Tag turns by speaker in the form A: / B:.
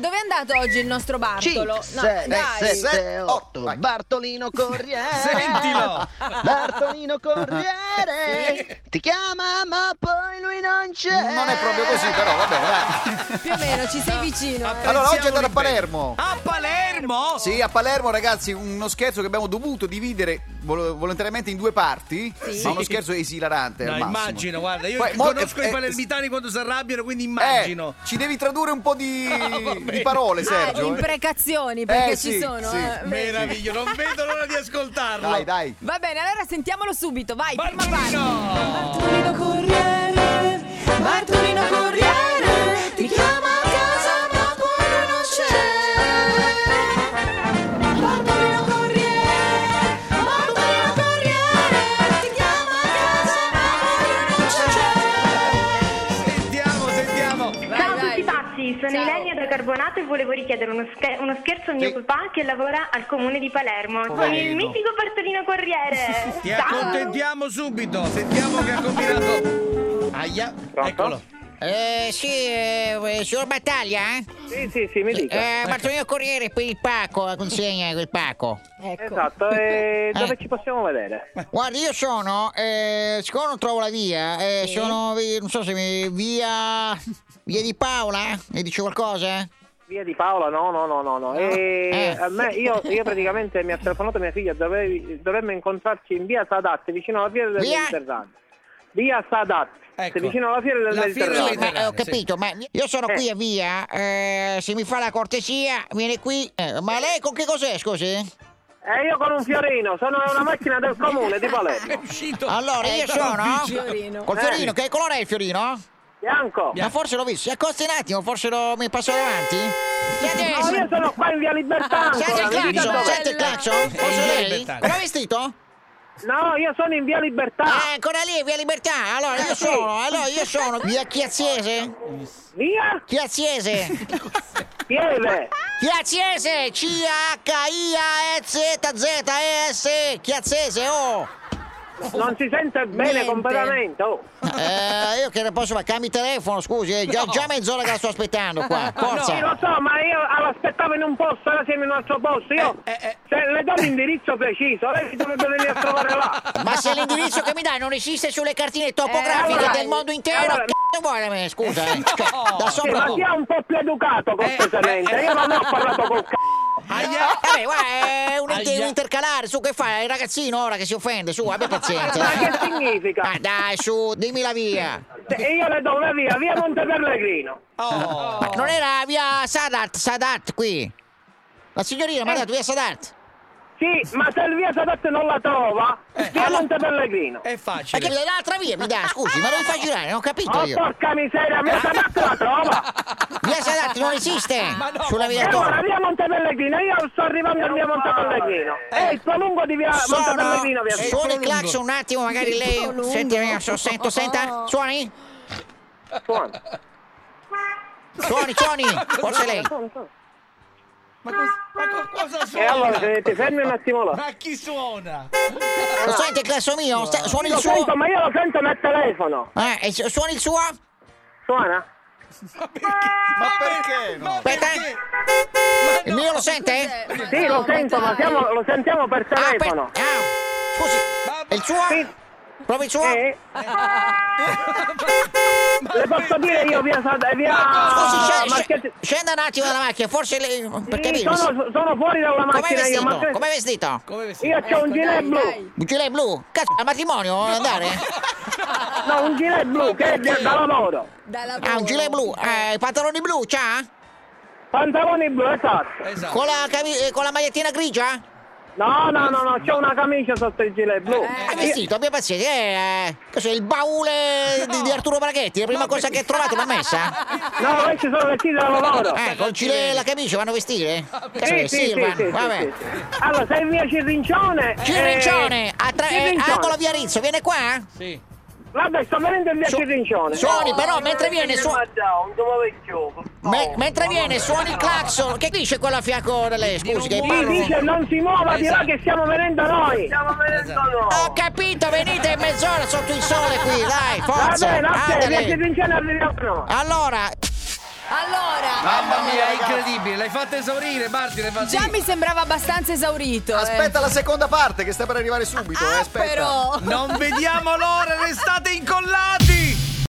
A: Dove è andato oggi il nostro Bartolo?
B: 5, 6,
C: eh,
A: dai. Oh,
B: 7,
C: otto,
B: 8.
C: vai.
B: Bartolino Corriere.
D: Sentilo!
B: Bartolino Corriere. Ti chiama ma poi lui non c'è.
C: Non è proprio così, però va bene. dai.
A: Più o meno, ci sei vicino. eh.
C: Allora, oggi è andato a
D: Pensiamo di
C: Palermo.
D: Ah, A Palermo?
C: Sì, a Palermo, ragazzi, uno scherzo che abbiamo dovuto dividere vol- volontariamente in due parti. Ma uno scherzo esilarante.
D: No,
C: al massimo.
D: immagino, guarda, io
C: Poi, mo-
D: conosco
C: eh,
D: i palermitani quando si arrabbiano, quindi
C: eh,
D: immagino.
C: ci devi tradurre un po' di, di parole,
A: Ah,
C: Sergio. eh.
A: imprecazioni perché
C: Eh,
A: ci
C: sì,
A: sono.
C: sì.
A: eh.
D: Meraviglio, non vedo l'ora di ascoltarlo.
C: Dai, dai.
A: Va bene, allora sentiamolo subito, vai, prima parte.
D: Barbarino!
A: Bartolino Corriere, Bartolino Corriere, ti chiama a casa ma poi lui non c'è. Bartolino Corriere, Bartolino Corriere, ti chiama a casa ma poi lui non c'è.
D: Sentiamo, sentiamo.
A: Vai,
E: Ciao a
A: vai.
E: tutti pazzi, sono
A: Ciao.
E: Ilenia da Carbonato e volevo richiedere uno, scher- uno scherzo a mio
C: Sì.
E: papà che lavora al comune di Palermo con
C: Poverino.
E: il mitico Bartolino Corriere.
D: Ti accontentiamo subito. Sentiamo che ha combinato. Aia, eccolo.
F: Eh, sì, eh, eh, signor Battaglia? eh?
G: Sì, sì, sì, mi dica.
F: Eh, Bartolino Corriere per il pacco, la consegna del pacco.
G: Esatto, e dove
F: Eh.
G: ci possiamo vedere?
F: Guardi, io sono, eh, siccome non trovo la via, eh, sono, vi- non so se mi, via, via di Paola, mi dice qualcosa?
G: Via di Paola? No, no, no, no, no. E
F: Eh.
G: a me, io, io praticamente mi ha telefonato mia figlia, dovevi- dovremmo incontrarci in via Sadat, vicino alla fiera del
F: Via?
G: Mediterraneo. Via Sadat,
D: Ecco.
G: vicino alla fiera del
D: La fiera del
F: No,
G: Mediterraneo.
F: ma, eh, ho
D: sì.
F: capito, ma io sono
G: Eh.
F: qui a via, eh, se mi fa la cortesia, viene qui. Eh, ma lei con che cos'è, scusi?
G: E Eh, io con un fiorino, sono una macchina del comune di
D: È
G: Palermo.
D: uscito. Ecco.
F: Allora, io
D: dalla
F: sono...
D: bici.
A: Fiorino.
F: Col
G: Eh.
F: fiorino, che colore è il fiorino?
G: Bianco.
F: Ma forse l'ho visto, si accosti un attimo, forse lo, mi passo davanti? Siete-
G: Ma io sono qua in via Libertà
F: Senti il
G: ancora, mi dica
F: clacson,
A: Bella.
G: dov'è.
F: senti il clacson?
D: Eh,
F: Forse lei?
D: libertà.
F: Come vestito?
G: No, io sono in via Libertà,
F: Ah, ancora lì, via libertà. Allora, io
G: sì.
F: sono, allora io sono via Chiaziese.
G: via
F: Chiaziese.
G: Pieve.
F: Chiaziese, C-H-I-A-Z-Z-E-S. Chiaziese, oh.
G: Non si sente bene
A: Niente.
G: completamente, oh.
F: Eh, io che ne posso fare? Cambi telefono, scusi, eh, già, già mezz'ora che la sto aspettando qua.
G: Sì,
F: Forza.
G: lo so, ma io l'aspettavo in un posto, ora siamo in un altro posto. Io
D: Eh, eh, eh.
G: se le do l'indirizzo preciso, lei si dovrebbe venire a trovare là.
F: Ma se l'indirizzo che mi dai non esiste sulle cartine topografiche
G: Eh, allora-
F: del mondo intero,
G: allora-
F: c***o vuoi da me? Scusa, eh. Cioè, da
G: Sì,
F: sopra.
G: ma sia un po' più educato,
D: eh,
G: cortesemente.
D: eh.
G: Io non ho parlato col c***o.
D: Aia.
F: Eh, Vabbè, guarda, è un, inter-
D: Aia.
F: un intercalare, su che fai? È il ragazzino ora che si offende, su, abbia
D: Eh,
F: pazienza.
G: Ma che significa?
F: Ah, dai, su, dimmi la via.
D: eh.
G: Se io le do una via, via Monte Pellegrino.
D: Oh.
F: Ma non era via Sadat, Sadat qui. La signorina
G: Eh.
F: mi ha dato via Sadat.
G: Sì, ma se il via Sadat non la trova,
D: Eh,
G: via Monte Pellegrino.
D: È
F: Ma che mi
D: facile.
F: dai l'altra via? Mi dà, scusi, ma non mi fa girare, non ho capito
G: Oh,
F: io.
G: porca miseria,
D: Eh.
G: via Sadat la trova.
F: Via Sadat non esiste
D: no,
F: sulla
G: E
F: via
G: allora,
F: Torre.
G: via Monte Pellegrino, io sto arrivando a via Monte Pellegrino. È il prolungo di via Monte Pellegrino, via
F: Sono, eh, suoni il clacson un attimo, magari lei.
A: Lungo.
F: Senti, eh, so- sento, senta. Suoni?
G: Suona.
F: Suoni, suoni. Forse lei.
D: Ma, cos- ma co- cosa
G: E allora,
D: suona?
G: se ti fermi un attimo là.
D: Ma chi suona?
F: Lo sente il clacson mio? Sta- Suoni il
G: Lo
F: suo?
G: sento, ma io lo sento nel telefono.
F: Eh, e su- suoni il suo?
G: Suona?
C: Ma perché no?
F: Aspetta.
D: Perché?
F: Il mio lo sente?
G: Sì, lo sento, ma siamo- lo sentiamo per
F: Ah,
G: telefono.
F: per- ah, scusi,
D: Ma-
F: e il suo?
G: Sì.
F: Provi il suo?
G: Eh? Le posso dire io via Sad- via
F: Scusi, sc- sc-
G: Marchetti-
F: scenda un attimo dalla macchina, forse lei... Perché
G: Ah, Cioè, Sì,
F: mi-
G: sono, sono fuori dalla
F: Com'è
G: macchina io,
F: vestito?
G: ma se-
F: Com'è vestito?
D: Come vestito?
G: io c'ho un gilet
A: Dai,
G: blu,
A: dai.
F: Un gilet blu? Cazzo, al matrimonio vuole andare?
G: no, un gilet blu che è da lavoro,
A: Da lavoro.
F: Ah, un gilet blu. Eh, i pantaloni blu, c'ha?
G: pantaloni blu, esatto.
D: Esatto.
F: Con la, cami- eh, con la magliettina grigia?
G: No, no, no, no, c'ho una camicia sotto il gilet blu.
F: È vestito, abbia pazienza. Eh, cos'è, il baule di, di Arturo Braghetti? La prima cosa che ha trovato l'ha messa?
G: No, questi sono vestiti da lavoro.
F: Eh, col gilet e la camicia vanno a vestire? Cazzo,
G: Eh, Sì,
F: è
G: sì, sì,
F: Silvan,
G: sì, sì,
F: vabbè.
G: sì, sì. Allora, sei via Cirrincione. eh,
F: Cirrincione, a tra- eh,
G: Cirrincione.
F: angolo via Rizzo, viene qua?
D: Sì.
G: Vabbè, sto venendo in via
F: Su-
G: Cirrincione.
F: Suoni, però, mentre viene, su- me-
G: Me-
F: mentre viene suoni il clacson. Che dice quello a fianco da lei? Scusi, che
G: Sì,
F: parlo.
G: dice non si muova,
F: Esatto.
G: dirà che stiamo venendo noi. Stiamo venendo
F: Ho capito, venite in mezz'ora sotto il sole qui, dai,
G: Va
F: forza.
G: bene, ok,
F: Andate.
G: via Cirrincione arriviamo noi.
F: Allora,
A: Allora,
D: Mamma mia, è
C: ragazzi.
D: incredibile. L'hai fatta esaurire, Marti, l'hai fatta
A: già mi sembrava abbastanza esaurito. eh.
C: Aspetta la seconda parte che sta per arrivare subito. eh,
A: Ah,
C: aspetta.
A: però.
D: Non vediamo l'ora, restate in coda.